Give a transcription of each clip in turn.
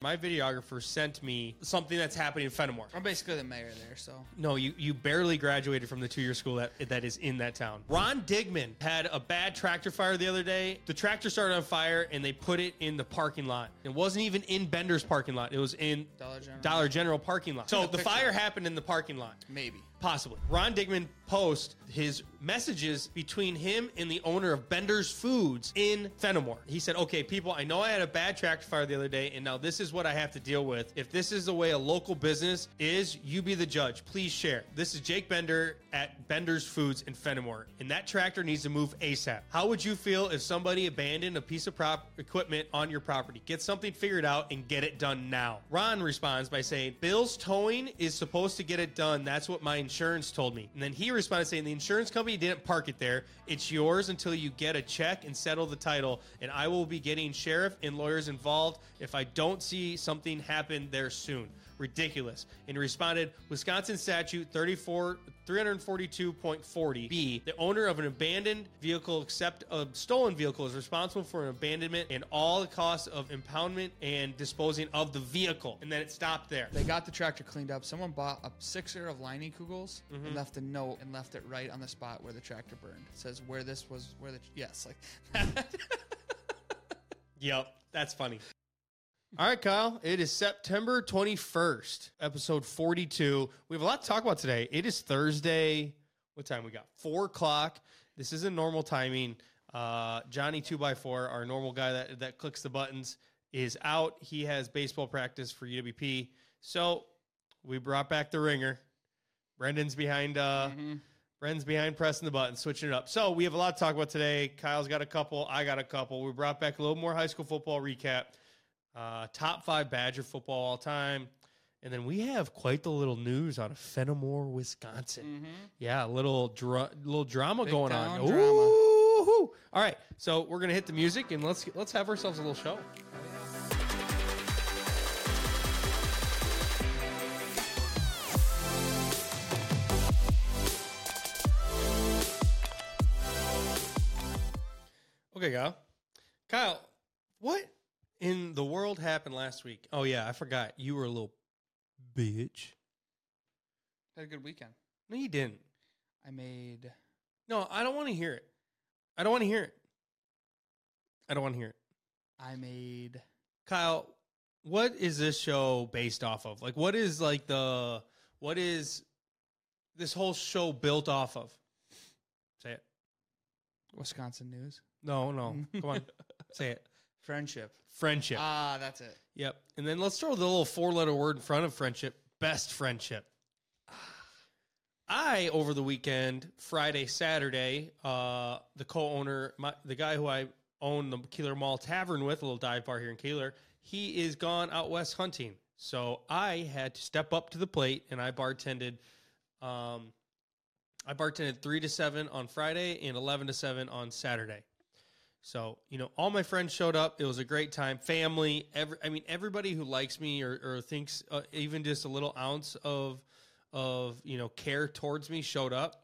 My videographer sent me something that's happening in Fenimore. I'm basically the mayor there, so No, you, you barely graduated from the two year school that, that is in that town. Ron Digman had a bad tractor fire the other day. The tractor started on fire and they put it in the parking lot. It wasn't even in Bender's parking lot, it was in Dollar General. Dollar General parking lot. So the the picture. fire happened in the parking lot. maybe. Possibly. Ron Digman posts his messages between him and the owner of Bender's Foods in Fenimore. He said, Okay, people, I know I had a bad tractor fire the other day, and now this is what I have to deal with. If this is the way a local business is, you be the judge. Please share. This is Jake Bender at Bender's Foods in Fenimore, and that tractor needs to move ASAP. How would you feel if somebody abandoned a piece of prop equipment on your property? Get something figured out and get it done now. Ron responds by saying, Bill's towing is supposed to get it done. That's what my insurance told me. And then he responded saying, The insurance company didn't park it there. It's yours until you get a check and settle the title. And I will be getting sheriff and lawyers involved if I don't see something happen there soon. Ridiculous. And he responded, Wisconsin statute 34. 342.40b the owner of an abandoned vehicle except a stolen vehicle is responsible for an abandonment and all the costs of impoundment and disposing of the vehicle and then it stopped there They got the tractor cleaned up. Someone bought a sixer of lining kugels Mm-hmm. and left a note and left it right on the spot where the tractor burned. It says where this was where the yes, like that. yep that's funny all right kyle it is september 21st episode 42 we have a lot to talk about today it is thursday what time we got four o'clock this isn't normal timing uh johnny 2x4 our normal guy that that clicks the buttons is out he has baseball practice for uwp so we brought back the ringer brendan's behind uh Mm-hmm. Bren's behind pressing the button, switching it up. So we have a lot to talk about today. Kyle's got a couple. I got a couple. We brought back a little more high school football recap, uh, top five Badger football all time, and then we have quite the little news out of Fenimore, Wisconsin. Mm-hmm. Yeah, a little dra- little drama Big going town on. drama. Ooh-hoo. All right, so we're gonna hit the music and let's let's have ourselves a little show. Okay, Kyle. Kyle, what in the world happened last week? Oh yeah, I forgot. You were a little bitch. Had a good weekend. No, you didn't. I made No, I don't want to hear it. I don't want to hear it. I don't want to hear it. I made Kyle, what is this show based off of? Like what is like the what is this whole show built off of? Say it. Wisconsin news. No, no. Come on. Say it. Friendship. Friendship. Ah, that's it. Yep. And then let's throw the little four letter word in front of friendship best friendship. I, over the weekend, Friday, Saturday, uh, the co owner, the guy who I own the Keeler Mall Tavern with, a little dive bar here in Keeler, he is gone out west hunting. So I had to step up to the plate and I bartended. Um, I bartended three to seven on Friday and eleven to seven on Saturday. So, you know, all my friends showed up. It was a great time. Family, every I mean everybody who likes me or, or thinks uh, even just a little ounce of of, you know, care towards me showed up.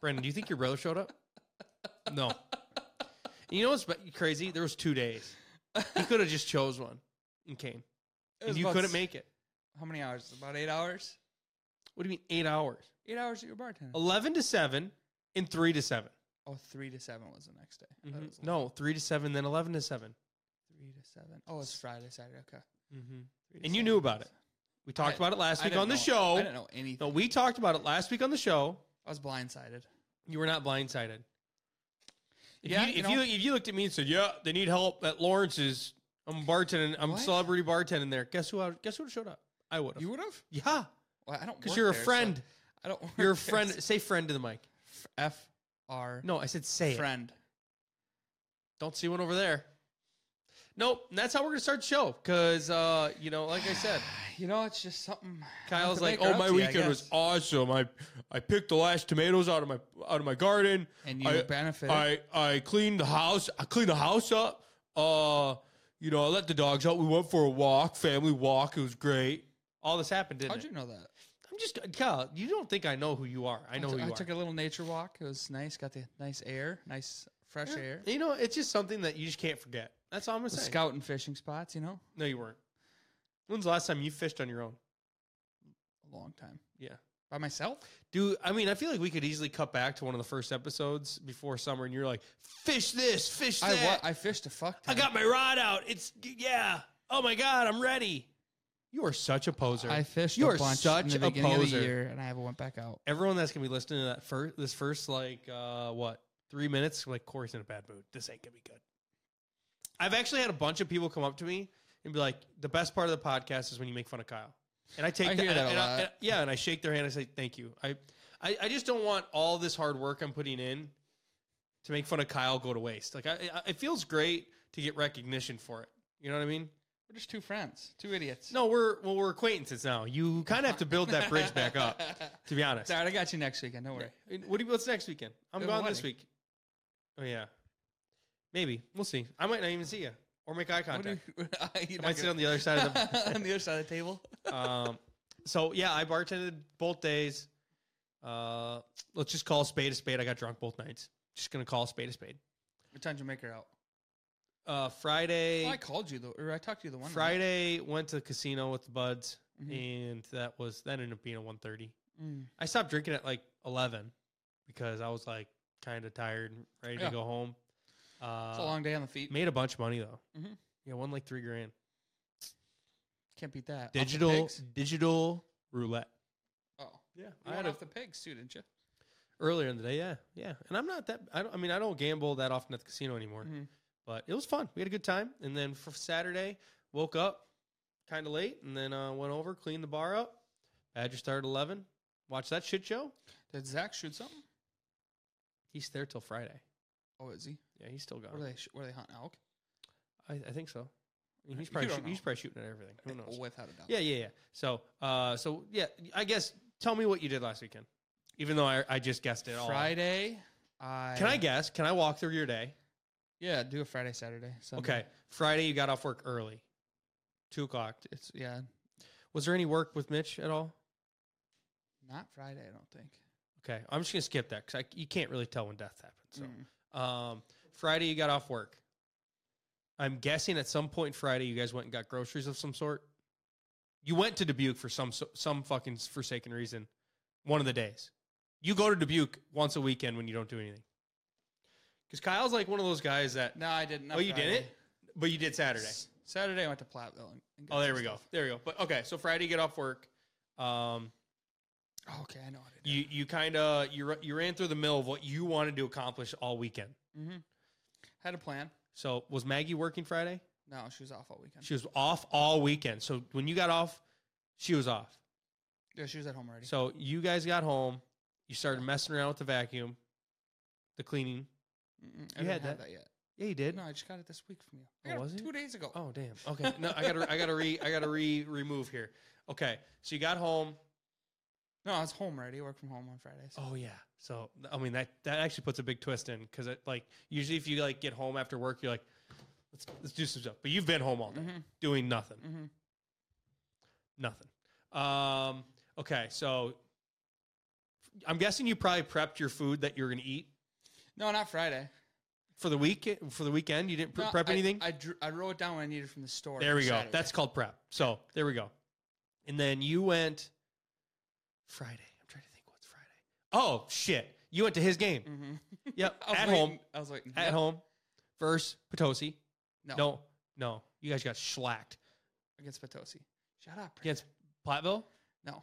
Brendan, do you think your brother showed up? No. You know what's be- crazy? There was 2 days. He could have just chose one and came. was And you about couldn't s- make it. How many hours? About eight hours. What do you mean 8 hours? Eight hours at your bartender. 11 to 7 and 3 to 7. Oh, three to seven was the next day. I Mm-hmm. thought it was No, 3 to 7 then 11 to 7. three to seven. Oh, it's Friday, Saturday. Okay. Mm-hmm. Three to And you seven knew about is- it. We talked about it last I week didn't on the know- I show. didn't know anything. No, we talked about it last week on the show. I was blindsided. You were not blindsided. If Yeah, you, you if know- you if you looked at me and said, "Yeah, they need help at Lawrence's," I'm bartending. I'm What? celebrity bartending there. Guess who? I, guess who showed up? I would have. You would have? Yeah, Well, I don't. because work you're a there, so friend. I don't. Work you're a there, friend. so- Say friend to the mic. F R. No, I said say it. friend. Don't see one over there. Nope. And that's how we're gonna start the show. Because uh, you know, like I said. You know, it's just something. Kyle's to like, make her "Oh, up my to you, I weekend was guess." awesome. I I picked the last tomatoes out of my out of my garden. And you I- benefit. I I cleaned the house. I cleaned the house up. Uh, you know, I let the dogs out. We went for a walk, family walk. It was great. All this happened, didn't How'd it? you know that? I'm just Kyle. You don't think I know who you are? I know I who you I are. took a little nature walk. It was nice. Got the nice air, nice fresh air. You know, it's just something that you just can't forget. That's all I'm gonna The say. scouting fishing spots, you know, no, you weren't. When's the last time you fished on your own? a long time. Yeah. By myself? Do I mean I feel like we could easily cut back to one of the first episodes before summer, and you're like, fish this, fish I wa- that. I fished a fuck I, ton. got my rod out. It's yeah. Oh my god, I'm ready. You are such a poser. I fished You a are bunch such in the a beginning of poser. the year, and I haven't went back out. Everyone that's gonna be listening to that first this first like uh what three minutes, like Corey's in a bad mood. This ain't gonna be good. I've actually had a bunch of people come up to me and be like, the best part of the podcast is when you make fun of Kyle. And I take I hear and- that a and I- lot. and- yeah, and I shake their hand. I say thank you. I, I I just don't want all this hard work I'm putting in to make fun of Kyle go to waste. Like I, I it feels great to get recognition for it. You know what I mean? We're just two friends, two idiots. No, we're well, we're acquaintances now. You kind of have to build that bridge back up. To be honest, It's all right, I got you next weekend. Don't worry. what do you, what's next weekend? I'm We have a gone this wedding. week. Oh yeah, maybe we'll see. I might not even see you or make eye What do contact. you- You're I not might sit gonna- on the other side of on the. the other side of the table. um, so yeah, I bartended both days. Uh, let's just call a spade a spade. I got drunk both nights. Just gonna call a spade a spade. What time did you make her out? Uh, Well, I Friday, called you though, or I talked to you the one night. Friday went to the casino with the buds, Mhm. and that was that ended up being a one thirty. Mm. I stopped drinking at like 11 because I was like kind of tired, and ready Yeah. to go home. Uh, It's a long day on the feet. made a bunch of money though. Mhm. Yeah, won like three grand. Can't beat that. Off the Digital pigs? digital roulette. Oh, Yeah, you I went had a, off the pigs too, didn't you? earlier in the day. Yeah, yeah. And I'm not that. I don't. I mean, I don't gamble that often at the casino anymore. Mhm. But it was fun. We had a good time. And then for Saturday, woke up kind of late, and then uh, went over, cleaned the bar up. Badger started at 11. Watched that shit show. Did Zach shoot something? He's there till Friday. Oh, is he? Yeah, he's still gone. Were they sh- were they hunting elk? I, I think so. I mean, Uh, he's you probably don't shoot, he's know. probably shooting at everything. Who knows? Oh, Without a doubt. Yeah, yeah, yeah. So, uh, so yeah, I guess tell me what you did last weekend. Even though I, I just guessed it all. Friday. I Can I guess? Can I walk through your day? Yeah, do a Friday, Saturday. Sunday. Okay. Friday, you got off work early, two o'clock. It's yeah, Was there any work with Mitch at all? not Friday. I don't think. Okay, I'm just gonna skip that because you can't really tell when death happens. Mm. So, um, Friday, you got off work. I'm guessing at some point Friday, you guys went and got groceries of some sort. You went to Dubuque for some some fucking forsaken reason. One of the days, you go to Dubuque once a weekend when you don't do anything. Because Kyle's like one of those guys that, No, I didn't. not Oh, you Friday. didn't? but you did Saturday. S- Saturday, I went to Platteville. and- and got Oh, there some we go, stuff. there we go. But okay, so Friday, you get off work. Um, Oh, okay, I know what I did. you you kind of you ra- you ran through the mill of what you wanted to accomplish all weekend. mm-hmm. Had a plan. So was Maggie working Friday? No, she was off all weekend. She was off all weekend. So when you got off, she was off. yeah, she was at home already. So you guys got home. You started messing around with the vacuum, the cleaning. Mm-mm, I you didn't had have that. that. yet. Yeah, you did. No, I just got it this week from you. I Oh, got it was it? two days ago. Oh damn. Okay. No, I gotta I gotta re I gotta re remove here. Okay. So you got home. No, I was home already. I work from home on Fridays. Oh yeah. So I mean that that actually puts a big twist in because like usually if you like get home after work you're like let's let's do some stuff. But you've been home all day Mm-hmm, doing nothing. mm-hmm. Nothing. Um, okay, so I'm guessing you probably prepped your food that you're going to eat No, not Friday. for the week for the weekend. You didn't pre- No, prep I- anything. I, drew, I wrote down what I needed from the store. there for we go. Saturday. That's called prep. So there we go. And then you went Friday. I'm trying to think what's Friday. Oh shit! You went to his game. Mhm. Yep, I was at waiting- home. I was waiting. At Yep. home, versus Potosi. No, No, no, you guys got slacked against Potosi. Shut up. against Platteville, No,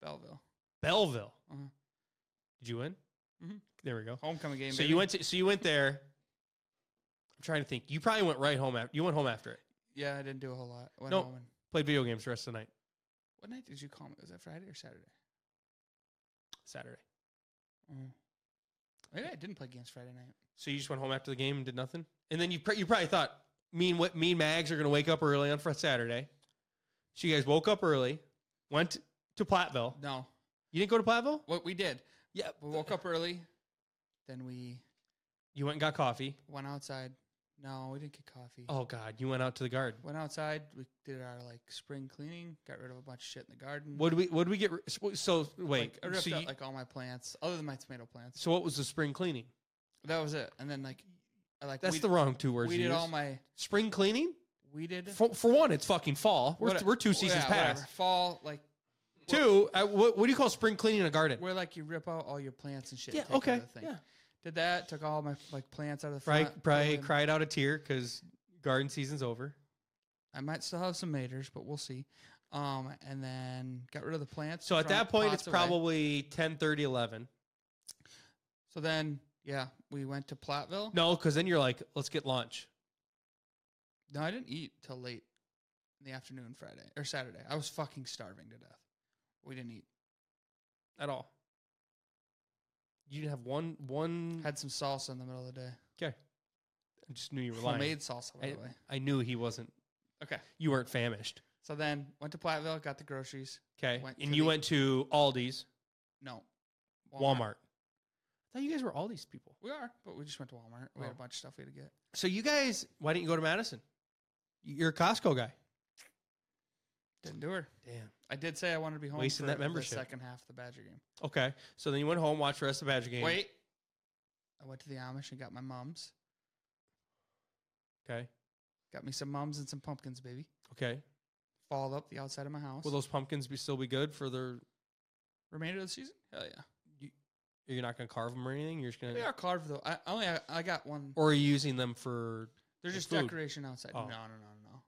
Belleville. Belleville. Uh-huh. Did you win? Mhm. There we go. Homecoming game. So baby. you went to so you went there. I'm trying to think. You probably went right home after you went home after it. Yeah, I didn't do a whole lot. Went No. home and- Played video games the rest of the night. what night did you call me? Was that Friday or Saturday? Saturday. Mm. Maybe I didn't play games Friday night. So you just went home after the game and did nothing? And then you pr- you probably thought me and what me and Mags are gonna wake up early on Friday Saturday. So you guys woke up early, went to Platteville. No, You didn't go to Platteville? what we did. Yeah. We woke up early, then we You went and got coffee. went outside. No, we didn't get coffee. Oh God, you went out to the garden. Went outside. We did our like spring cleaning. Got rid of a bunch of shit in the garden. What did we what did we get ri- so wait. Like, I ripped so, out you- like all my plants, other than my tomato plants. so what was the spring cleaning? That was it. And then like Or like That's we, the wrong two words. we to did use. all my spring cleaning. we did For, for one, it's fucking fall. We're, what- we're two seasons yeah, whatever. past. Fall like Two. Uh, what, what do you call spring cleaning in a garden? where like you rip out all your plants and shit. Yeah. and take Okay. out the thing. Yeah. Did that took all my like plants out of the Probably, front. put probably them- cried out a tear because garden season's over. I might still have some maters, but we'll see. Um, and then got rid of the plants. So at throw that point, it's pots away. probably 10, 30, 11. So then, yeah, we went to Platteville. No, because then you're like, let's get lunch. No, I didn't eat till late in the afternoon Friday or Saturday. I was fucking starving to death. We didn't eat. At all. You didn't have one, one. Had some salsa in the middle of the day. I just knew you were lying. Homemade salsa, by I, the way. I knew he wasn't. Okay. You weren't famished. So then went to Platteville, got the groceries. Okay. Went and to you the- went to Aldi's, No. Walmart. I thought you guys were Aldi's people. We are, but we just went to Walmart. We had a Oh. bunch of stuff we had to get. So you guys, why didn't you go to Madison? You're a Costco guy. Didn't do her. Damn. I did say I wanted to be home Wasting for that membership. the second half of the Badger game. Okay. So then you went home, watched the rest of the Badger game. Wait. I went to the Amish and got my mums. Okay. Got me some mums and some pumpkins, baby. Okay. Followed up the outside of my house. Will those pumpkins be still be good for their? Remainder of the season? Hell yeah. You're not gonna carve them or anything. You're just gonna, They are carved though. I I only I, I got one. or are you using them for? They're the just food. decoration outside. Oh. No, no, no, no.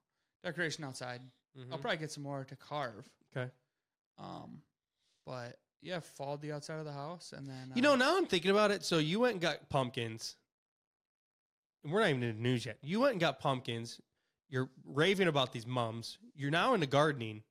Decoration outside. I'll Mhm. probably get some more to carve. Okay. Um, but yeah, followed the outside of the house and then You uh, know, now I'm thinking about it. So you went and got pumpkins. And We're not even in the news yet. You went and got pumpkins. You're raving about these mums. You're now into gardening.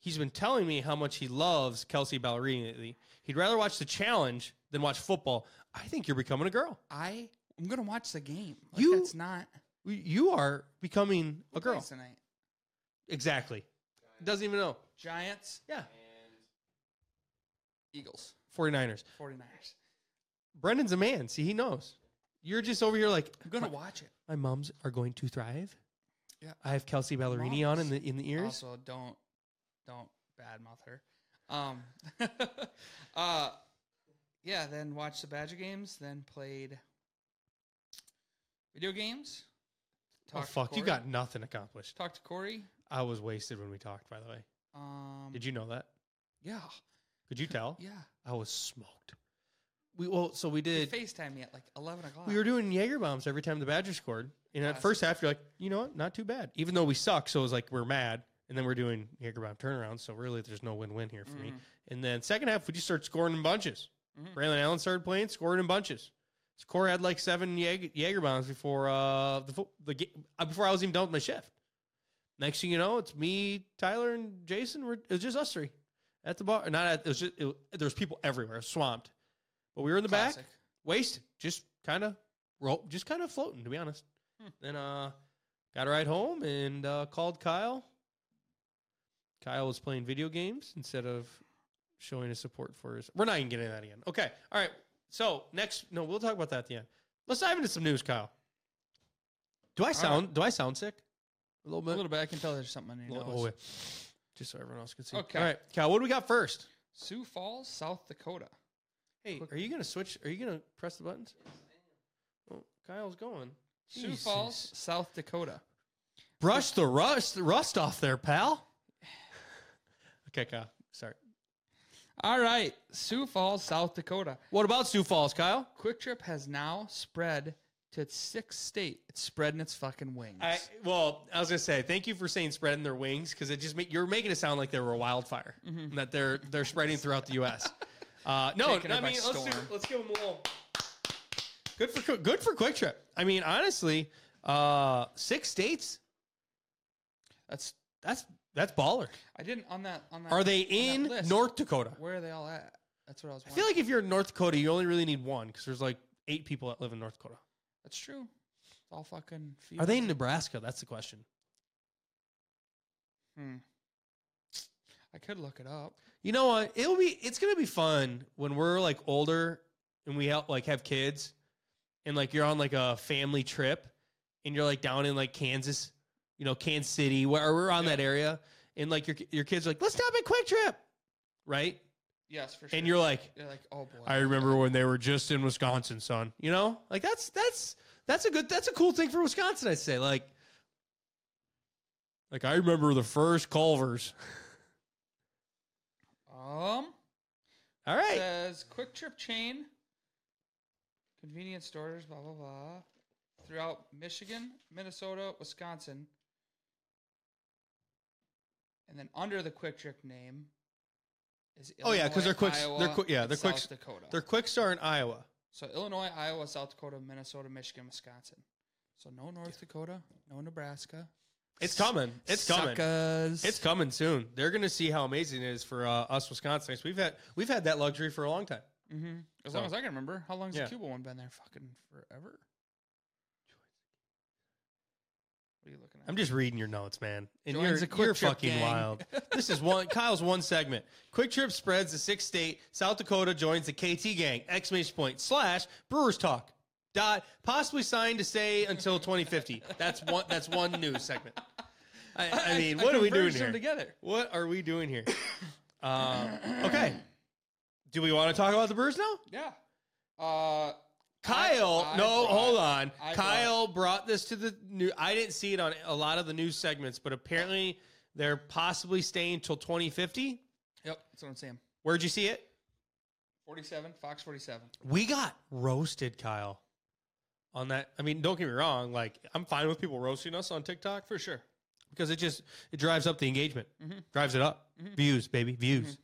He's been telling me how much he loves Kelsey Ballerini lately. He'd rather watch the challenge than watch football. I think you're becoming a girl. I I'm gonna watch the game. Like, You- that's not You are becoming a Who girl. plays tonight. Exactly. Doesn't even know. Giants, Yeah. Eagles, 49ers. 49ers. Brendan's a man. See, he knows. You're just over here like I'm gonna my, watch it. my mums are going to thrive. Yeah. I have Kelsey Ballerini on in the in the ears. Also, don't don't badmouth her. Um, uh, yeah. Then watched the Badger games. Then played video games. Oh Talked to fuck, you Corey. got nothing accomplished. talked to Corey. I was wasted when we talked, by the way. Um, Did you know that? Yeah, Could you tell? yeah. I was smoked. We well, so we They did Facetime me at like eleven o'clock. we were doing Jaeger bombs every time the Badgers scored. And at Classic. first half, you're like, you know what, not too bad. Even though we suck, so it was like we're mad. And then we're doing Jaeger bomb turnarounds, so really there's no win win here for me. Mhm. And then second half, we just started scoring in bunches. Mhm. Braylon Allen started playing, scored in bunches. So Corey had like seven Jaeger, Jaeger bombs before uh the fo- the ga- uh, before I was even done with my shift. Next thing you know, it's me, Tyler, and Jason. We're, it was just us three at the bar. Not at it was just it, there was people everywhere, it was swamped. But we were in the back Classic. wasted. Just kind of roll, just kind of floating, to be honest. Hmm. Then uh, got a ride home and uh, called Kyle. Kyle was playing video games instead of showing his support for his. We're not even getting into that again. Okay, all right. So next, no, we'll talk about that at the end. Let's dive into some news, Kyle. Do I right. sound? Do I sound sick? A little A bit. little bit. I can tell there's something in your Little- nose. oh, wait. Just so everyone else can see. Okay. All right, Kyle. What do we got first? Sioux Falls, South Dakota. Hey, Quick- are you gonna switch? Are you gonna press the buttons? Well, Kyle's going. Sioux Falls, Jesus. South Dakota. Brush the rust rust off there, pal. okay, Kyle. Sorry. All right, Sioux Falls, South Dakota. What about Sioux Falls, Kyle? Quick Trip has now spread to its sixth state. It's spreading its fucking wings. I well, I was gonna say thank you for saying spreading their wings because it just make, you're making it sound like they were a wildfire and that they're they're spreading throughout the U.S. Uh, no, I Taking Mm-hmm. it by mean let's do, storm. let's give them a little good for Qu- good for Quick Trip. I mean honestly, uh, six states That's that's that's baller. I didn't on that on that. Are they on that in list, North Dakota? Where are they all at? That's what I was. I Wondering. feel like if you're in North Dakota, you only really need one because there's like eight people that live in North Dakota. that's true. It's all fucking. Are they in fields. Nebraska? That's the question. Hmm. I could look it up. You know what? It'll be it's gonna be fun when we're like older and we help like have kids and like you're on like a family trip and you're like down in like Kansas, you know, Kansas City, where we're on that area, and like your your kids are like, let's stop at Quick Trip, right? Yes, for sure. And you're like, You're like, oh boy. I remember when they were just in Wisconsin, son. You know, like that's that's That's a good. That's a cool thing for Wisconsin. I'd say like. Like I remember the first Culvers. Um, All right. says quick trip chain, convenience stores, blah blah blah, throughout Michigan, Minnesota, Wisconsin, and then under the quick trip name is Oh, yeah, 'cause they're Illinois, quicks- they're Iowa, qui- yeah, and they're South quicks- Dakota. Their quick start in Iowa. so Illinois, Iowa, South Dakota, Minnesota, Michigan, Wisconsin. So no North Dakota, no Nebraska. It's coming. It's coming. Suckers. It's coming soon. They're going to see how amazing it is for uh, us Wisconsinites. We've had we've had that luxury for a long time. hmm As So- long as I can remember, how long has Yeah. the Cuba one been there? Fucking forever. What are you looking at? I'm just reading your notes, man. And Joins you're, the Quick you're Trip fucking gang. wild. This is one Kyle's one segment. Quick Trip spreads the six state. South Dakota joins the KT gang. Exclamation point slash Brewers talk. Dot possibly signed to say until 2050. That's one. That's one news segment. I, I mean, what are we doing converged here? Them together. What are we doing here? um, okay. Do we want to talk about the Brewers now? Yeah. Uh, Kyle, I- I no, brought- hold on. I Kyle brought, this to the new. I didn't see it on a lot of the news segments, but apparently they're possibly staying till 2050. yep, that's what I'm saying. Where'd you see it? 47, Fox 47. We got roasted, Kyle. On that, I mean, don't get me wrong. Like, I'm fine with people roasting us on TikTok for sure because it just it drives up the engagement, Mhm. drives it up, Mhm. views, baby, views.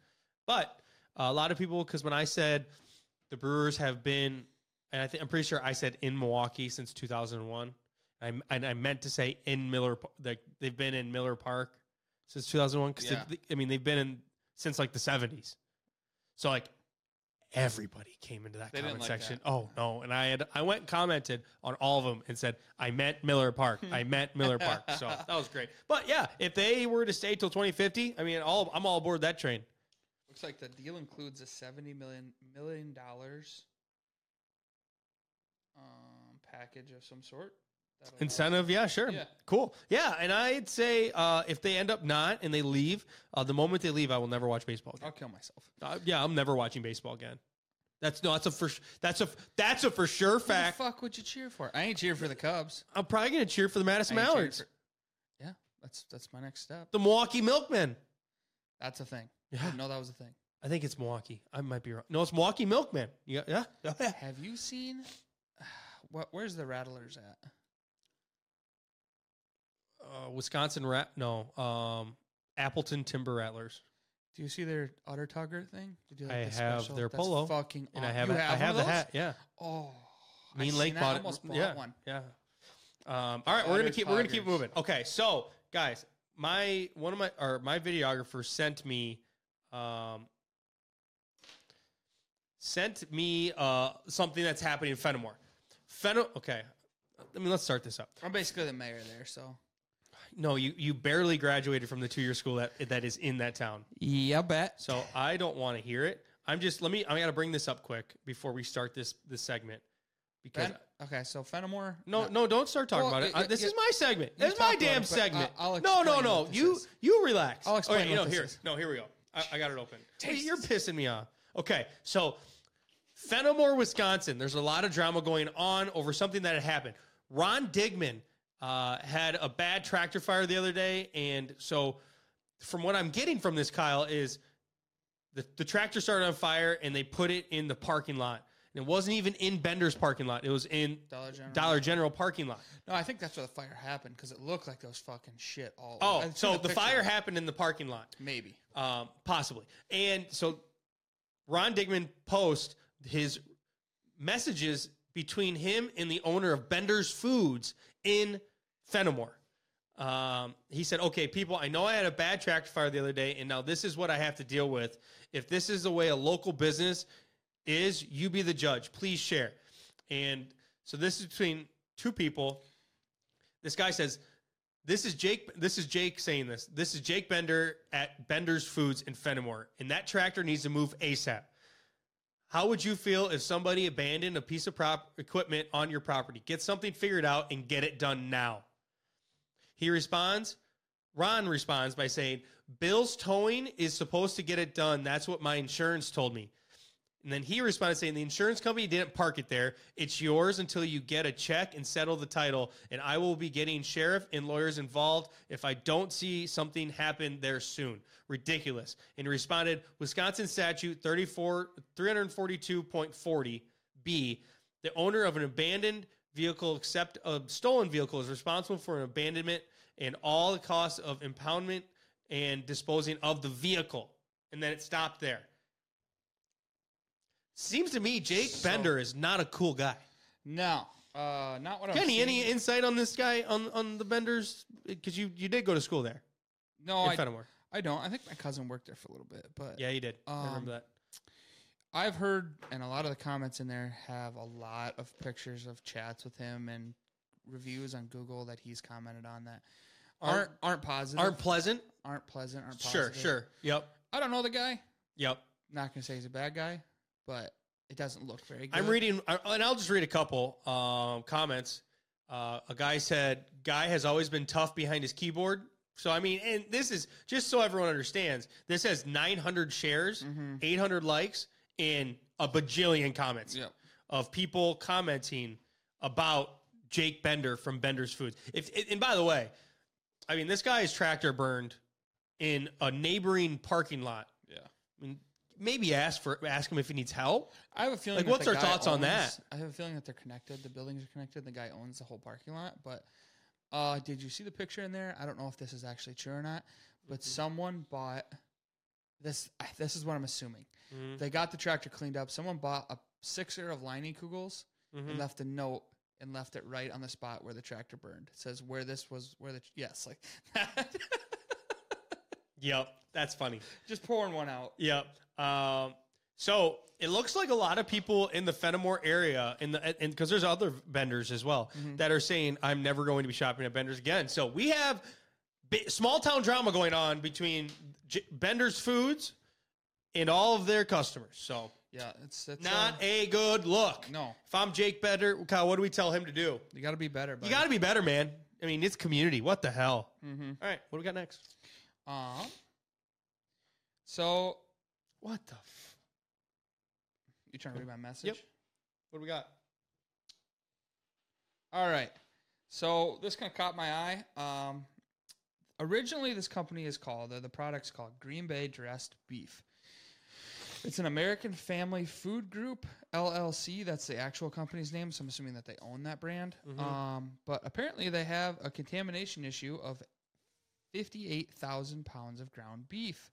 But uh, a lot of people, because when I said the Brewers have been, and I think I'm pretty sure I said in Milwaukee since 2001. I and I meant to say in Miller, Pa- like they've been in Miller Park since 2001. Because Yeah. I mean they've been in since like the 70s. So like everybody came into that They didn't comment like section. Oh no! And I had I went and commented on all of them and said I meant Miller Park. I meant Miller Park. So that was great. But yeah, if they were to stay till 2050, I mean, all I'm all aboard that train. Looks like the deal includes a $70 million, million dollars um, package of some sort. That'll allow- Incentive, yeah, sure. Yeah. Cool. Yeah, and I'd say uh, if they end up not and they leave, uh, the moment they leave, I will never watch baseball again. I'll kill myself. Uh, yeah, I'm never watching baseball again. That's no, that's a for that's a that's a for sure fact. Who the fuck would you cheer for? I ain't cheering for the Cubs. I'm probably gonna cheer for the Madison I ain't cheering Mallards, for- yeah, that's that's my next step. the Milwaukee Milkmen. That's a thing. I Yeah, didn't know that was a thing. I think it's Milwaukee. I might be wrong. No, it's Milwaukee Milkmen. Yeah, yeah, Oh, yeah. yeah. Have you seen what? Where's the Rattlers at? Uh, Wisconsin Rat. No, um, Appleton Timber Rattlers. Do you see their otter tugger thing? They do, I the have special- their that's polo, fucking And I aw- have, Oh, You a, I one have of the those? hat. Yeah, Oh, I Mean seen Lake that. bought I it. almost bought yeah, one. yeah. Um, all right, we're gonna Otters, keep we're gonna keep Tigers. moving. Okay, so guys, my one of my or my videographer sent me, um, sent me uh something that's happening in Fenimore. Fenimore. Okay, I mean let's start this up. I'm basically the mayor there, so No, you you barely graduated from the two year school that that is in that town. yeah, bet. So I don't want to hear it. I'm just let me. I got to bring this up quick before we start this this segment because okay, so Fenimore. no, no, don't start talking Well, about it. y- Uh, this y- is my segment. This is talk my about damn it, but I- segment. no, I'll no, explain no. what this You is. you relax. I'll explain Okay, what no, this here, is. no, here we go. I, I got it open. Hey, Jesus. You're pissing me off. Okay, so Fenimore, Wisconsin. There's a lot of drama going on over something that had happened. Ron Digman uh, had a bad tractor fire the other day, and so from what I'm getting from this, Kyle, is the, the tractor started on fire and they put it in the parking lot. And it wasn't even in Bender's parking lot. It was in Dollar General. Dollar General parking lot. No, I think that's where the fire happened because it looked like there was fucking shit all. Oh, over. I've so seen a the picture fire of it. happened in the parking lot, Maybe. um, possibly. And so Ron Digman posts his messages between him and the owner of Bender's Foods in Fenimore. Um, he said, "Okay, people, I know I had a bad tractor fire the other day, and now this is what I have to deal with. If this is the way a local business is, you be the judge. Please share." And so this is between two people. This guy says, "This is Jake. This is Jake saying this. This is Jake Bender at Bender's Foods in Fenimore, and that tractor needs to move ASAP." How would you feel if somebody abandoned a piece of prop equipment on your property? Get something figured out and get it done now. He responds, Ron responds by saying, Bill's towing is supposed to get it done. That's what my insurance told me. And then he responded saying, The insurance company didn't park it there. It's yours until you get a check and settle the title. And I will be getting sheriff and lawyers involved if I don't see something happen there soon. Ridiculous. And he responded, Wisconsin statute 34, 342.40 B, the owner of an abandoned vehicle, except a stolen vehicle, is responsible for an abandonment and all the costs of impoundment and disposing of the vehicle. And then it stopped there. Seems to me Jake So- Bender is not a cool guy. No, uh, not what I'm. Kenny, any seeing. insight on this guy on on the Benders? Because you you did go to school there no, in Oh, I, Fenimore. I don't. I think my cousin worked there for a little bit, but Yeah, you did. I Um, remember that. I've heard, and a lot of the comments in there have a lot of pictures of chats with him and reviews on Google that he's commented on that aren't Aren't- aren't positive, Aren't pleasant. aren't pleasant, aren't Sure, positive. sure. Yep, I don't know the guy. yep. Not gonna say he's a bad guy, but it doesn't look very good. I'm reading, I- and I'll just read a couple um, comments. Uh, a guy said, "Guy has always been tough behind his keyboard." So I mean, and this is just so everyone understands. This has 900 shares, hmm 800 likes, and a bajillion comments Yep. of people commenting about Jake Bender from Bender's Foods. If and by the way, I mean this guy is tractor burned in a neighboring parking lot. Yeah. I mean, maybe ask for ask him if he needs help. I have a feeling. Like, that what's the our guy thoughts on owns- that? I have a feeling that they're connected. The buildings are connected. The guy owns the whole parking lot. But uh, did you see the picture in there? I don't know if this is actually true or not, but Mm-hmm. someone bought this. I- This is what I'm assuming. Mm-hmm. They got the tractor cleaned up. Someone bought a sixer of Liney Kugels Mm-hmm. and left a note and left it right on the spot where the tractor burned. It says where this was where the yes, like Yep, that's funny. just pouring one out. Yep. Um, so it looks like a lot of people in the Fenimore area, in the and because there's other vendors as well that are saying, "I'm never going to be shopping at Bender's again." So we have bi- small town drama going on between J- Bender's Foods and all of their customers. So Yeah, it's, it's not uh, a good look. no. If I'm Jake Bender, Kyle, what do we tell him to do? You got to be better. You Buddy. got to be better, man. I mean, it's community. What the hell? Mm-hmm. All right, what do we got next? Um. So What the? F- you trying to read my message? Yep. what do we got? All right. So this kind of caught my eye. Um, originally, this company is called, or the product's called Green Bay Dressed Beef. It's an American Family Food Group LLC. That's the actual company's name, so I'm assuming that they own that brand. Mhm. Um, but apparently, they have a contamination issue of 58,000 pounds of ground beef.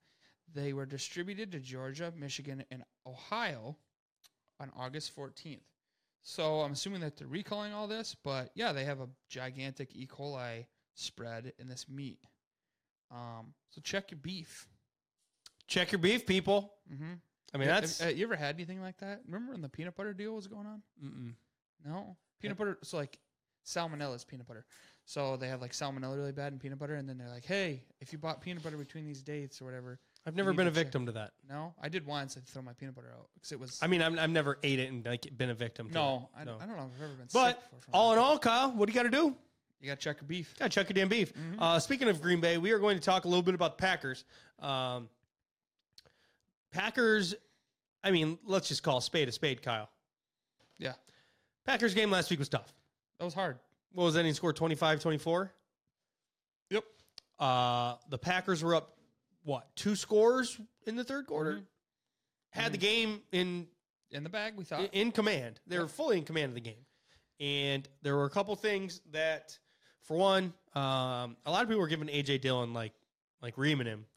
They were distributed to Georgia, Michigan, and Ohio on August 14th. So I'm assuming that they're recalling all this, but yeah, they have a gigantic E. coli spread in this meat. Um, so check your beef. Check your beef, people. Mm-hmm. I mean, that's you ever had anything like that? Remember when the peanut butter deal was going on? Mm-mm. No, peanut butter. So like salmonella is peanut butter. So they have like salmonella really bad in peanut butter, and then they're like, hey, if you bought peanut butter between these dates or whatever. I've never need been to a check. victim to that. No, I did once. I throw my peanut butter out because it was. I mean, I'm, I've never ate it and like, been a victim. To no, that. I, I don't know. if I've ever been. But sick before from all that. in all, Kyle, what do you got to do? you got to check your beef. Got to chuck your damn beef. Mm-hmm. Uh, speaking of Green Bay, we are going to talk a little bit about the Packers. Um, Packers, I mean, let's just call a spade a spade, Kyle. Yeah, Packers game last week was tough. that was hard. What was ending score? 25 24? Yep. Uh, the Packers were up, what, two scores in the third quarter? Mhm. Had Mm-hmm. the game in in the bag. We I- thought in command. They were Yep. fully in command of the game. And there were a couple things that, for one, um, a lot of people were giving AJ Dillon like like reaming him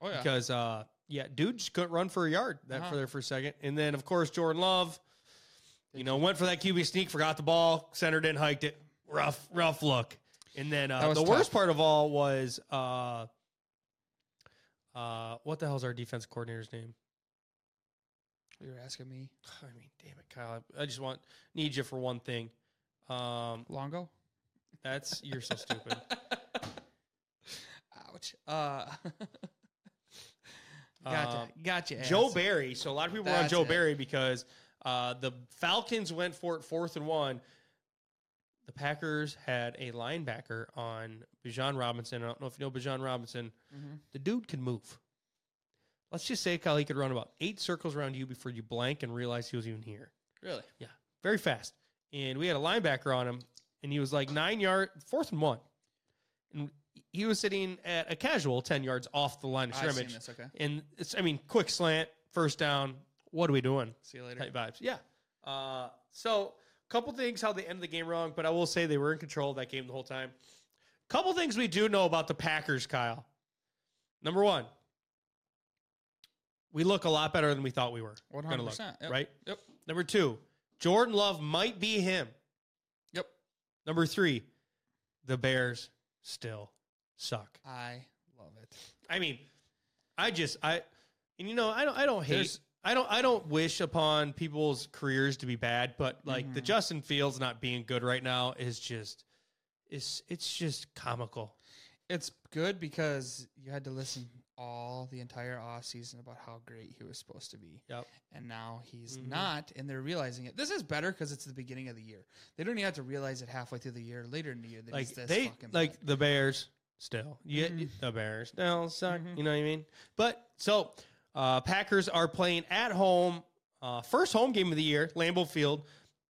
oh yeah, because uh, yeah, dude just couldn't run for a yard that Uh-huh. for there for a second. And then of course Jordan Love, you know, went for that QB sneak, forgot the ball, centered in, hiked it. Rough, rough look. And then That uh, was the tough. worst part of all was uh, uh, what the hell's our defense coordinator's name? you were asking me I mean, damn it, Kyle. I I just want need you for one thing. Um, Longo. that's you're so stupid. Ouch. Uh, gotcha. Uh, gotcha. Joe ass. Barry. So a lot of people were on That's Joe it. Barry because uh, the Falcons went for it fourth and one. The Packers had a linebacker on Bijan Robinson. I don't know if you know Bijan Robinson. Mhm. The dude can move. Let's just say, Kyle, he could run about eight circles around you before you blank and realize he was even here. Really? Very fast. And we had a linebacker on him, and he was like nine yard, fourth and one. And he was sitting at a casual 10 yards off the line of I've seen scrimmage. this. Okay. And it's, I mean, quick slant, first down. What are we doing? See you later. Type vibes. Yeah. Uh, so, couple things how they ended the game wrong, but I will say they were in control of that game the whole time. Couple things we do know about the Packers, Kyle. Number one, we look a lot better than we thought we were. One gonna hundred look, percent. Right? Yep. Number two, Jordan Love might be him. Yep. Number three, the Bears still suck. I love it. I mean, I just I and you know, I don't I don't hate There's- I don't I don't wish upon people's careers to be bad, but like the Mhm. Justin Fields not being good right now is just it's it's just comical. It's good because you had to listen all the entire off season about how great he was supposed to be. Yep. And now he's Mhm. not, and they're realizing it. This is better because it's the beginning of the year. They don't even have to realize it halfway through the year, later in the year. That like he's this they fucking like bad. the Bears still. Yeah, Mhm. the Bears still suck. Mhm. You know what I mean? But so uh, Packers are playing at home, uh, first home game of the year, Lambeau Field.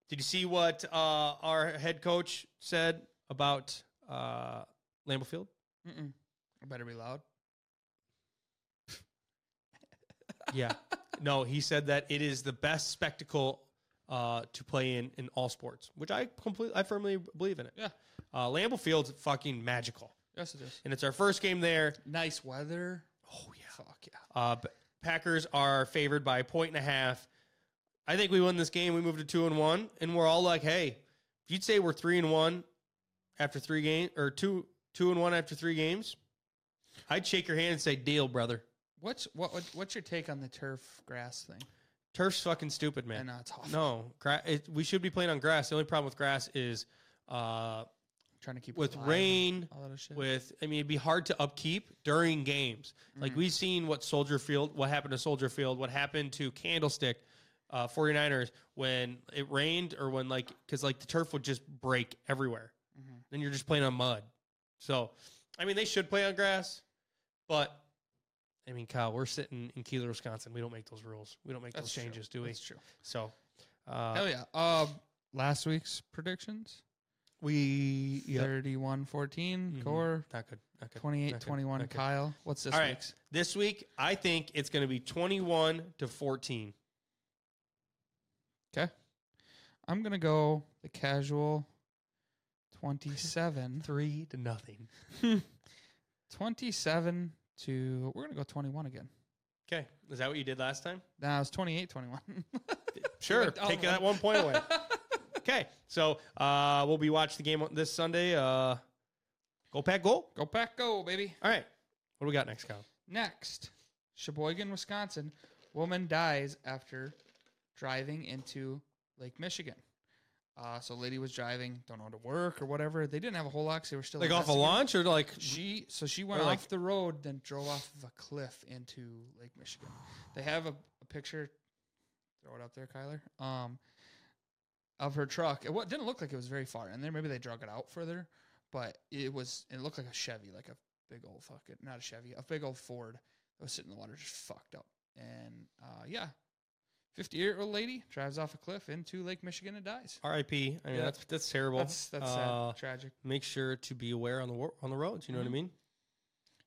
Did you see what uh, our head coach said about uh, Lambeau Field? Mm-mm. I better be loud. Yeah, no, he said that it is the best spectacle uh, to play in in all sports, which I completely, I firmly believe in it. Yeah. uh, Lambeau Field's fucking magical, Yes, it is. and it's our first game there. Nice weather. Oh yeah. Fuck yeah. Uh, but Packers are favored by a point and a half. I think we win this game. We move to two and one, and we're all like, "Hey, if you'd say we're three and one after three games, or two two and one after three games, I'd shake your hand and say, deal, brother. What's what, what what's your take on the turf grass thing? Turf's fucking stupid, man. I know it's awful. No, gra- it, we should be playing on grass. The only problem with grass is uh, trying to keep it with alive and rain, all that other shit. with I mean it'd be hard to upkeep during games. Like Mhm. we've seen what Soldier Field, what happened to Soldier Field, what happened to Candlestick uh 49ers when it rained or when like cuz like the turf would just break everywhere. Mhm. Then you're just playing on mud. So, I mean they should play on grass, but I mean, Kyle, we're sitting in Keeler, Wisconsin. We don't make those rules. We don't make That's those changes, true. do we? That's true. So, uh, Hell yeah. Um, last week's predictions we yeah, 31 14, Mhm. Core, not good. Not good. 28 not good, 21, not good. Kyle. What's this All right. week's? This week, I think it's going to be 21 to 14. I'm going to go the casual 27. Three to nothing. 27 to, we're going to go 21 again. Okay. Is that what you did last time? oh, Nah, it's 28 21. Sure. went down Take one. that one point away. okay. So uh, we'll be watching the game on- this Sunday. Uh, go pack go. go back, go, baby. All right. What do we got next, Kyle? Next, Sheboygan, Wisconsin. Woman dies after driving into Lake Michigan. Uh, so, lady was driving, don't know to work or whatever. They didn't have a whole lot. 'cause They were still Like off a investigating. launch or like She so she went Or, like- off the road, then drove off of a cliff into Lake Michigan. They have a, a picture. Throw it up there, Kyler. Um, of her truck. It wa- didn't look like it was very far, and then maybe they drug it out further, but it was. It looked like a Chevy, like a big old fucking not a Chevy, a big old Ford that was sitting in the water, just fucked up. And uh, yeah, fifty year old lady drives off a cliff into Lake Michigan and dies. RIP? I mean, Yeah. that's that's terrible. That's that's Uh, sad, tragic. Make sure to be aware on the wor- on the roads. You know Mhm. what I mean?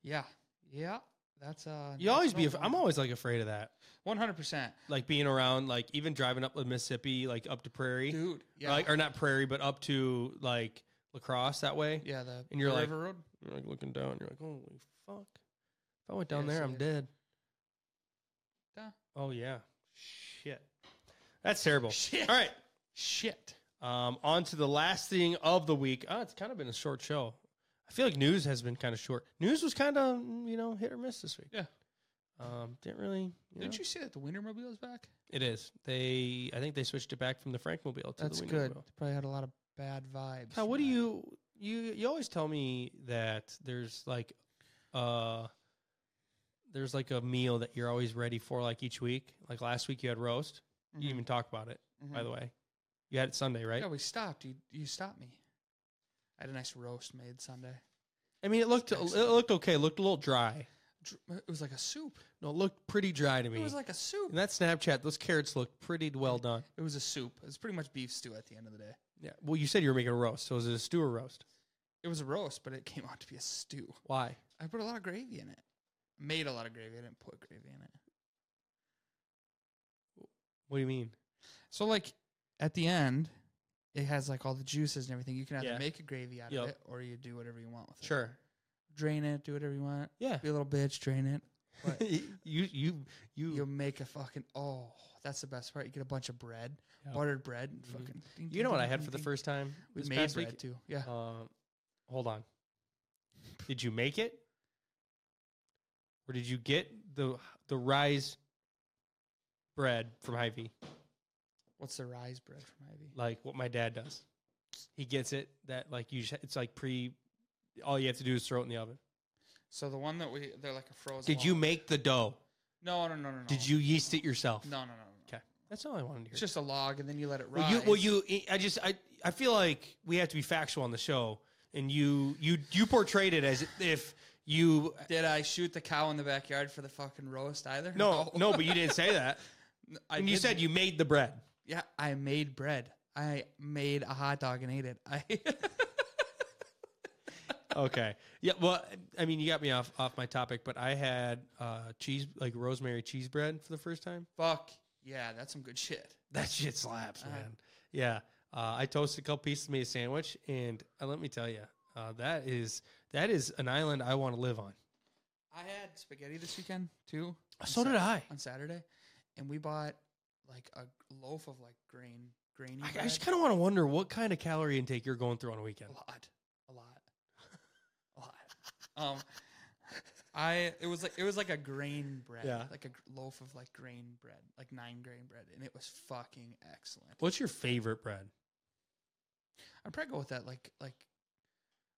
Yeah, yeah. That's uh. You always be. i Af- I'm always like afraid of that. One hundred percent, Like being around, like even driving up the Mississippi, like up to Prairie. dude. Yeah, like or not prairie, but up to like lacrosse that way. yeah. The and you're the like- River Road. You're like looking down. You're like, holy fuck! If I went down Yeah, there, so I'm there's- dead. Duh. Oh yeah, shit. That's terrible. Shit. All right, Shit. um, on to the last thing of the week. Oh, it's kind of been a short show. I feel like news has been kind of short. News was kind of you know hit or miss this week. Yeah. Um, didn't really. You Didn't know. you see that the Wintermobile is back? It is. They. I think they switched it back from the Frankmobile to That's the good. Wienermobile. Probably had a lot of bad vibes. Kyle, from what do that. you you you always tell me that there's like uh there's like a meal that you're always ready for like each week. Like last week you had roast. You Mhm, didn't even talk about it, by mhm. the way. You had it Sunday, right? Yeah, we stopped. You you stopped me. I had a nice roast made Sunday. I mean, it looked it Excellent. looked okay. It looked a little dry. dr- It was like a soup. No, it looked pretty dry to It me. was like a soup. In that Snapchat, those carrots looked pretty well done. It was a soup. It was pretty much beef stew at the end of the day. Yeah. Well, you said you were making a roast, so is it a stew or roast? It was a roast, but it came out to be a stew. Why? I put a lot of gravy in it. Made a lot of gravy. I didn't put gravy in it. What do you mean? So like at the end, it has like all the juices and everything. You can either Yeah. make a gravy out Yep. of it or you do whatever you want with it. Sure. Drain it, do whatever you want. Yeah. Be a little bitch, drain it. But you you you you make a fucking oh, that's the best part. You get a bunch of bread, Yeah. buttered bread, and Mhm. fucking. ding, you ding, know what ding, I had ding, for the ding. first time We this made past bread week? too. Yeah. Uh, hold on. Did you make it, or did you get the the rise bread from Hy-Vee, What's the rise bread from Ivy? like what my dad does? He gets it that like you. sh- It's like pre. All you have to do is throw it in the oven. So the one that we they're like a frozen. Did you one. make the dough? No, no, no, no, no. Did you yeast it yourself? No, no, no, no, no. Okay, that's all I wanted to hear. It's just a log, and then you let it rise. Well, you, well, you. I just, I, I feel like we have to be factual on the show, and you, you, you portrayed it as if you. Did I shoot the cow in the backyard for the fucking roast either? No, no, but you didn't say that. I and you didn't. said you made the bread. Yeah, I made bread. I made a hot dog and ate it. I Okay. Yeah. Well, I mean, you got me off off my topic, but I had uh, cheese, like rosemary cheese bread, for the first time. fuck yeah, that's some good shit. That shit slaps, Uh-huh. man. yeah. Uh, I toasted a couple pieces, made a sandwich, and uh, let me tell you, uh, that is that is an island I want to live on. I had spaghetti this weekend too. on Uh, So did Sat- I. on Saturday, and we bought like a loaf of like grain grainy. I, I bread. just kind of want to wonder what kind of calorie intake you're going through on a weekend. a lot, a lot, a lot. Um, I it was like it was like a grain bread, Yeah. like a gr- loaf of like grain bread, like nine grain bread, and it was fucking excellent. What's your favorite bread? I'd probably go with that. Like like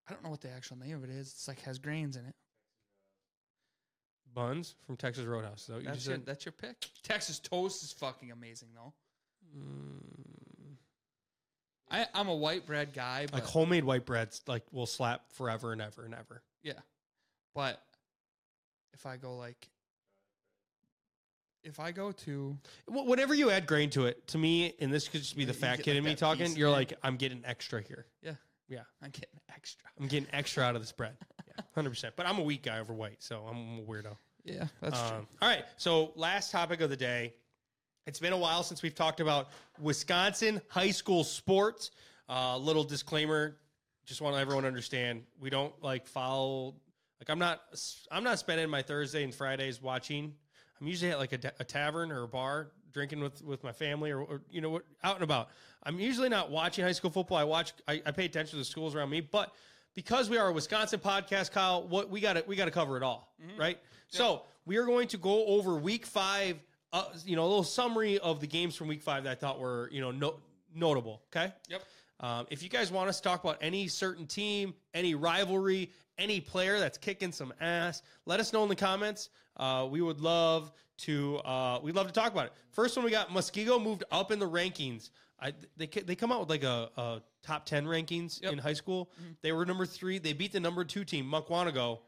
I don't know what the actual name of it is. It's like has grains in it. Buns from Texas Roadhouse. So you That's just your, said- that's your pick. Texas toast is fucking amazing though. Mm, I, I'm a white bread guy, but like homemade white breads, like will slap forever and ever and ever. yeah. But if I go like if I go to Wh- Whenever you add grain to it, to me, and this could just be the You fat get, kid like, in me that talking, piece, you're yeah. like, I'm getting extra here. I get an extra. I'm getting extra out of this bread. Yeah, 100%. But I'm a weak guy over white, so I'm a weirdo. Yeah, that's Um, All right. So, last topic of the day. It's been a while since we've talked about Wisconsin high school sports. Uh, little disclaimer: just want everyone to understand we don't like follow. Like I'm not I'm not spending my Thursday and Fridays watching. I'm usually at like a, ta- a tavern or a bar drinking with with my family or, or you know what out and about. I'm usually not watching high school football. I watch I, I pay attention to the schools around me, but because we are a Wisconsin podcast, Kyle, what we got to we got to cover it all, right? So we are going to go over Week Five. Uh, you know, a little summary of the games from Week Five that I thought were you know no, notable. Okay. Yep. Um, if you guys want us to talk about any certain team, any rivalry, any player that's kicking some ass, let us know in the comments. Uh, we would love to. Uh, we'd love to talk about it. First one we got Muskego moved up in the rankings. I, they ca- they come out with like a, a top ten rankings Yep. in high school. They were number three. They beat the number two team, Mukwanago,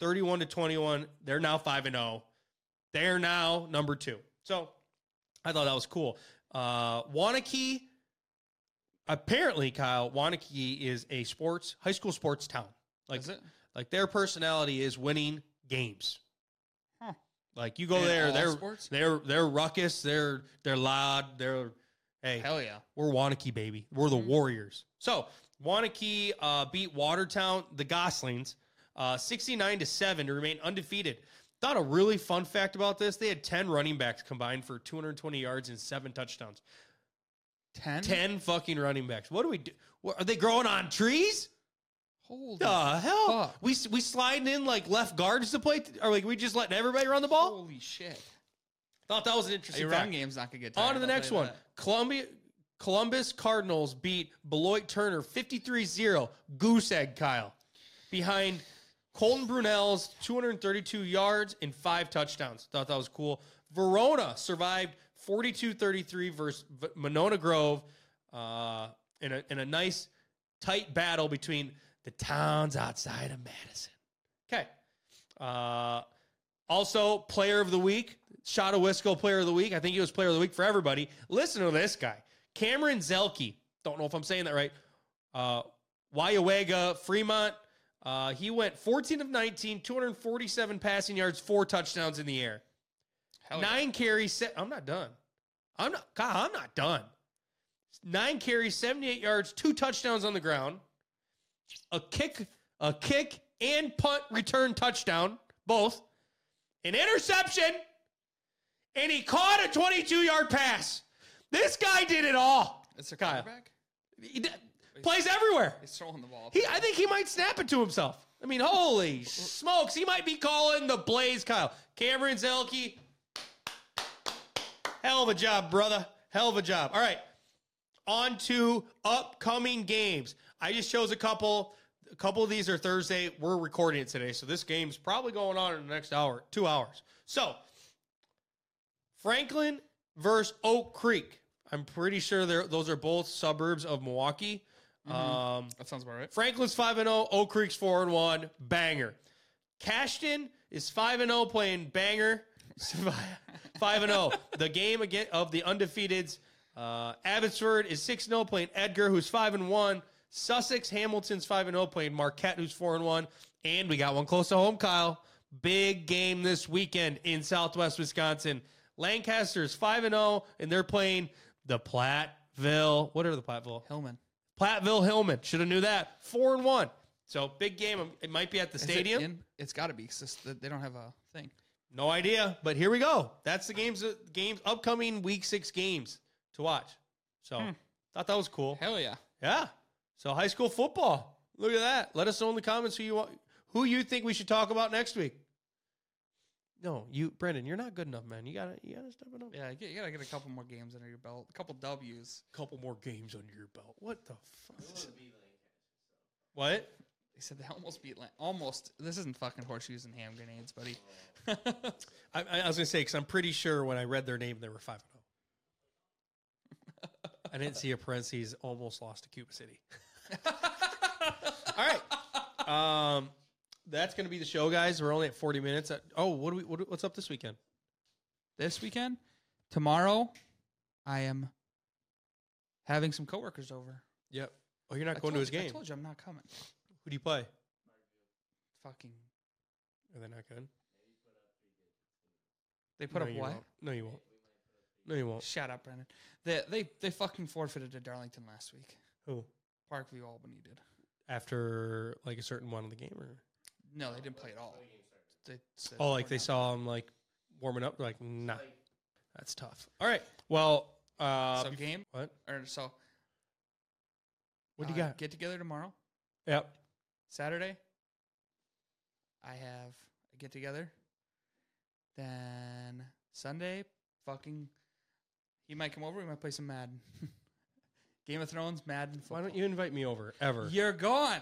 thirty one to twenty one. They're now five and zero. They're now number two. So I thought that was cool. Uh, Wanakee apparently Kyle Wanakee is a sports high school sports town. Like Is it? like their personality is winning games. Huh. Like you go In there, all they're sports? they're they're ruckus, they're they're loud, they're hey, Hell yeah. we're Wanakee baby, we're the Mhm. Warriors. So Wanakee uh, beat Watertown, the Goslings, uh, sixty nine to seven to remain undefeated. Thought a really fun fact about this: they had ten running backs combined for two hundred twenty yards and seven touchdowns. Ten? Ten fucking running backs. What do we do? What, are they growing on trees? Holy, The hell? fuck. We we sliding in like left guards to play, or like we just letting everybody run the ball? holy shit. Thought that was an interesting Your fact. run game's not gonna get tired, On to the I'll next tell you one. that. Columbia Columbus Cardinals beat Beloit Turner 53-0. Goose egg, Kyle. Behind Colton Brunel's 232 yards and five touchdowns. Thought that was cool. Verona survived 42-33 versus V- Monona Grove uh, in, a, in a nice, tight battle between the towns outside of Madison. Okay. Uh, Also, player of the week, Shot Wisco player of the week. I think he was player of the week for everybody. Listen to this guy, Cameron Zelke. Don't know if I'm saying that right. Uh, Wyawega, Fremont. Uh, he went 14 of 19, 247 passing yards, four touchdowns in the air. Hell yeah. Nine carries. Se- I'm not done. I'm not. God, I'm not done. Nine carries, 78 yards, two touchdowns on the ground, a kick, a kick and punt return touchdown, both, an interception, and he caught a 22 yard pass. This guy did it all. It's a Kyle. quarterback. He d- plays everywhere. He's throwing the ball. He, I think he might snap it to himself. I mean, holy smokes, he might be calling the Blaze Kyle. Cameron Zelke, hell of a job, brother. Hell of a job. All right, on to upcoming games. I just chose a couple. A couple of these are Thursday. We're recording it today, so this game's probably going on in the next hour, two hours. So, Franklin versus Oak Creek. I'm pretty sure they're- those are both suburbs of Milwaukee. Um, that sounds about right. Franklin's 5 and 0, Oak Creek's 4 and 1, banger. Cashton is 5 and 0 playing banger. 5 and 0. The game again of the undefeateds. Uh, Abbotsford is 6 and 0 playing Edgar who's 5 and 1. Sussex Hamilton's 5 and 0 playing Marquette who's 4 and 1. And we got one close to home, Kyle. Big game this weekend in Southwest Wisconsin. Lancaster is 5 and 0 and they're playing the Platteville. What are the Platteville? Hillman. Platteville Hillman should have knew that four and one. So big game. Um, It might be at the Is it stadium. in? It's got to be. 'cause this- they don't have a thing. no idea, but here we go. That's the games. uh, Games upcoming week six games to watch. So Hmm. thought that was cool. Hell yeah. Yeah. So high school football. Look at that. Let us know in the comments who you want, who you think we should talk about next week. No, you, Brendan, you're not good enough, man. You gotta, you gotta step it up. Yeah, you, get- you gotta get a couple more games under your belt. A couple W's. A couple more games under your belt. What the fuck? What? They said they almost beat Lan- almost. This isn't fucking horseshoes and hand grenades, buddy. I, I I was gonna say because I'm pretty sure when I read their name, they were five and zero. I didn't see a parentheses. Almost lost to Cuba City. All right, um, that's gonna be the show, guys. We're only at 40 minutes. Uh, Oh, what do we? What, do- what's up this weekend? this weekend, tomorrow, I am having some coworkers over. Yep. Oh, you're not I going to told his you- game. I told you I'm not coming. Who do you play? Fucking. Are they not good? They put no, up you what? Won't. No, you won't. No, you won't. Shut up, Brendan. They they they fucking forfeited to Darlington last week. Who? Parkview Albany did. After like a certain one of the game, or No, they didn't play at all. They said, Oh, like "We're they not." saw him like warming up. Like, nah, that's tough. All right. Well, uh, so game what? or so. What do you uh, got? Get together tomorrow, Yep. Saturday. I have a get together. Then Sunday, fucking, he might come over. We might play some Madden, Game of Thrones, Madden. Why don't football. you invite me over ever? You're gone.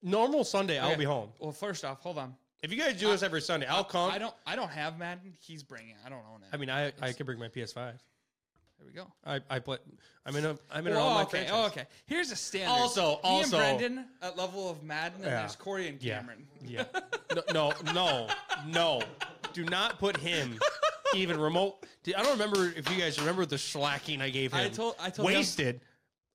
Normal Sunday, I'll Okay. be home. Well, first off, hold on. If you guys do this every Sunday, I'll come. I I, don't. I don't have Madden. He's bringing. it. I don't own it. mean, I I It's- can bring my PS5. There we go. I I play. I'm in a. I'm in Oh, all my okay, franchises. oh, okay. Here's a standard. Also- also- me and Brendan at level of Madden, and Yeah. there's Corey and Yeah. Cameron. Yeah. No, no, no, no. Do not put him even remote. Dude, I don't remember if you guys remember the slacking I gave him. I told- I told him- wasted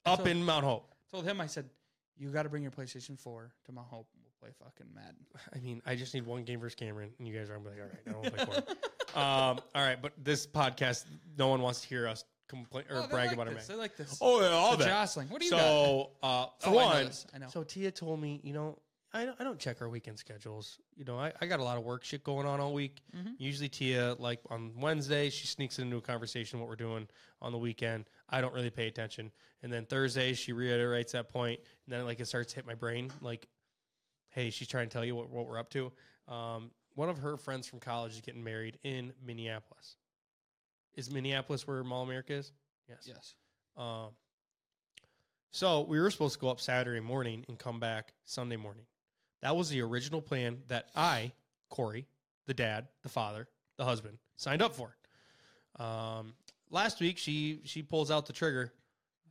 up told- in Mount Hope. Told him I said, "You got to bring your PlayStation 4 to Mount Hope. and We'll play fucking Madden." I mean, I just need one game versus Cameron, and you guys are gonna be like, all right, I don't want to play Corey. um, all right, but this podcast, no one wants to hear us complain or Oh, they brag like about our this. man. They like this. Oh yeah, all The that. jostling. What do you so, uh, for Oh, I know one, this. I know. so Tia told me, you know, I don't, I don't check our weekend schedules. You know, I, I got a lot of work shit going on all week. Mm-hmm. Usually, Tia, like on Wednesday, she sneaks into a conversation what we're doing on the weekend. I don't really pay attention. And then Thursday, she reiterates that point, and then like it starts to hit my brain. Like, hey, she's trying to tell you what, what we're up to. Um, one of her friends from college is getting married in Minneapolis. Is Minneapolis where Mall America is? Yes. got? Yes. Um, so we were supposed to go up Saturday morning and come back Sunday morning. That was the original plan that I, Corey, the dad, the father, the husband, signed up for. Um, last week she she pulls out the trigger.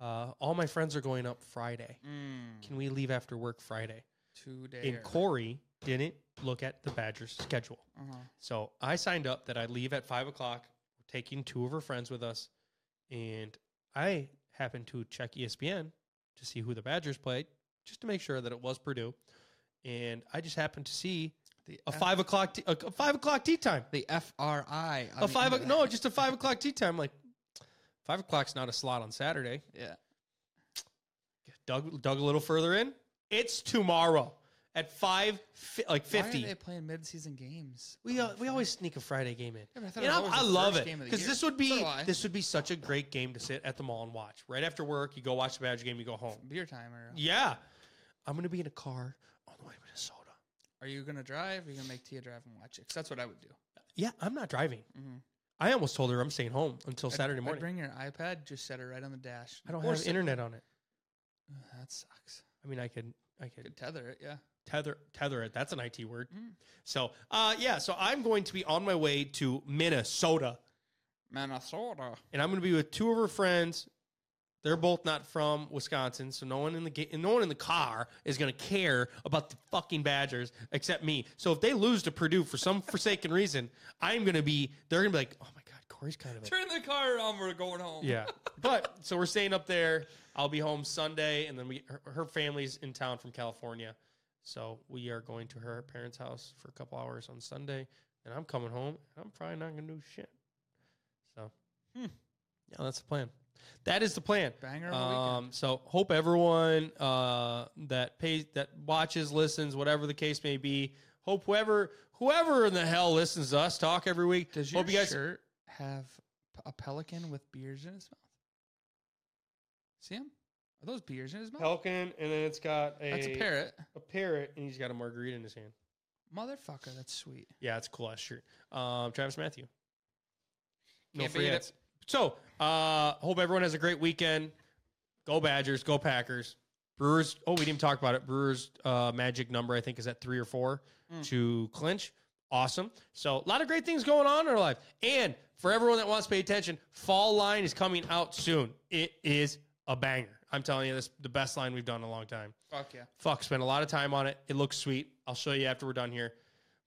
Uh, all my friends are going up Friday. Mm, Can we leave after work Friday? two days. And Corey didn't look at the Badgers' schedule. Uh-huh. So I signed up that I leave at five o'clock, We're taking two of her friends with us, and I happened to check E ESPN to see who the Badgers played, just to make sure that it was Purdue, and I just happened to see The a F- five o'clock t- a, a five o'clock tea time, The FRI. on a the five end o- of no, that. just a five o'clock tea time. Like five o'clock's not a slot on Saturday. Yeah. Dug dug a little further in. It's tomorrow at five fi- like Why are fifty. they playing midseason games? We on uh, we always sneak a Friday game in. Friday? Yeah, but I, And thought it was I'm- always I the love first it game of the because year. this would So be do I. this would be such a great game to sit at the mall and watch. Right after work, you go watch the Badger game, you go home. beer time or Yeah, I'm gonna be in a car on the way to Minnesota. are you gonna drive? Or are you gonna make Tia drive and watch it? 'Cause that's what I would do. Yeah, I'm not driving. Mhm. I almost told her I'm staying home until I'd- Saturday I'd morning. bring your iPad, just set it right on the dash. I don't Or have sit- internet on it. Ugh, That sucks. I mean, I could I could Could tether it, yeah. tether tether it. That's an IT word. Mm. So uh, yeah, so I'm going to be on my way to Minnesota, Minnesota. and I'm gonna be with two of her friends. They're both not from Wisconsin, so no one in the ga- and no one in the car is going to care about the fucking Badgers except me. So if they lose to Purdue for some forsaken reason, I'm going to be they're going to be like, "Oh my god, Corey's kind of a Turn the car around. We're going home. yeah." But so we're staying up there. I'll be home Sunday, and then we her, her family's in town from California, so we are going to her parents' house for a couple hours on Sunday, and I'm coming home. I'm probably not going to do shit. So, Hmm. yeah, that's the plan. That is the plan. Banger of a weekend. Um, so hope everyone uh, that pays, that watches, listens, whatever the case may be. Hope whoever whoever in the hell listens to us talk every week. Does your hope you guys shirt have p- a pelican with beers in his mouth? See him? Are those beers in his mouth? Pelican, and then it's got a That's a parrot. a parrot, and he's got a margarita in his hand. Motherfucker, that's sweet. Yeah, it's a cool ass shirt. Um, Travis Matthew. No Can't free beat it. ads. So uh, hope everyone has a great weekend. Go Badgers, go Packers. Brewers. Oh, we didn't even talk about it. Brewers uh, magic number I think is at three or four Mm. to clinch. Awesome. So a lot of great things going on in our life. And for everyone that wants to pay attention, fall line is coming out soon. It is a banger. I'm telling you, this the best line we've done in a long time Fuck yeah. fuck spent a lot of time on it it looks sweet i'll show you after we're done here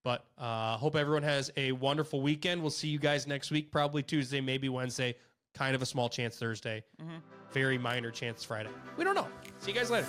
but uh hope everyone has a wonderful weekend we'll see you guys next week probably tuesday maybe wednesday kind of a small chance thursday Mhm. very minor chance friday we don't know see you guys later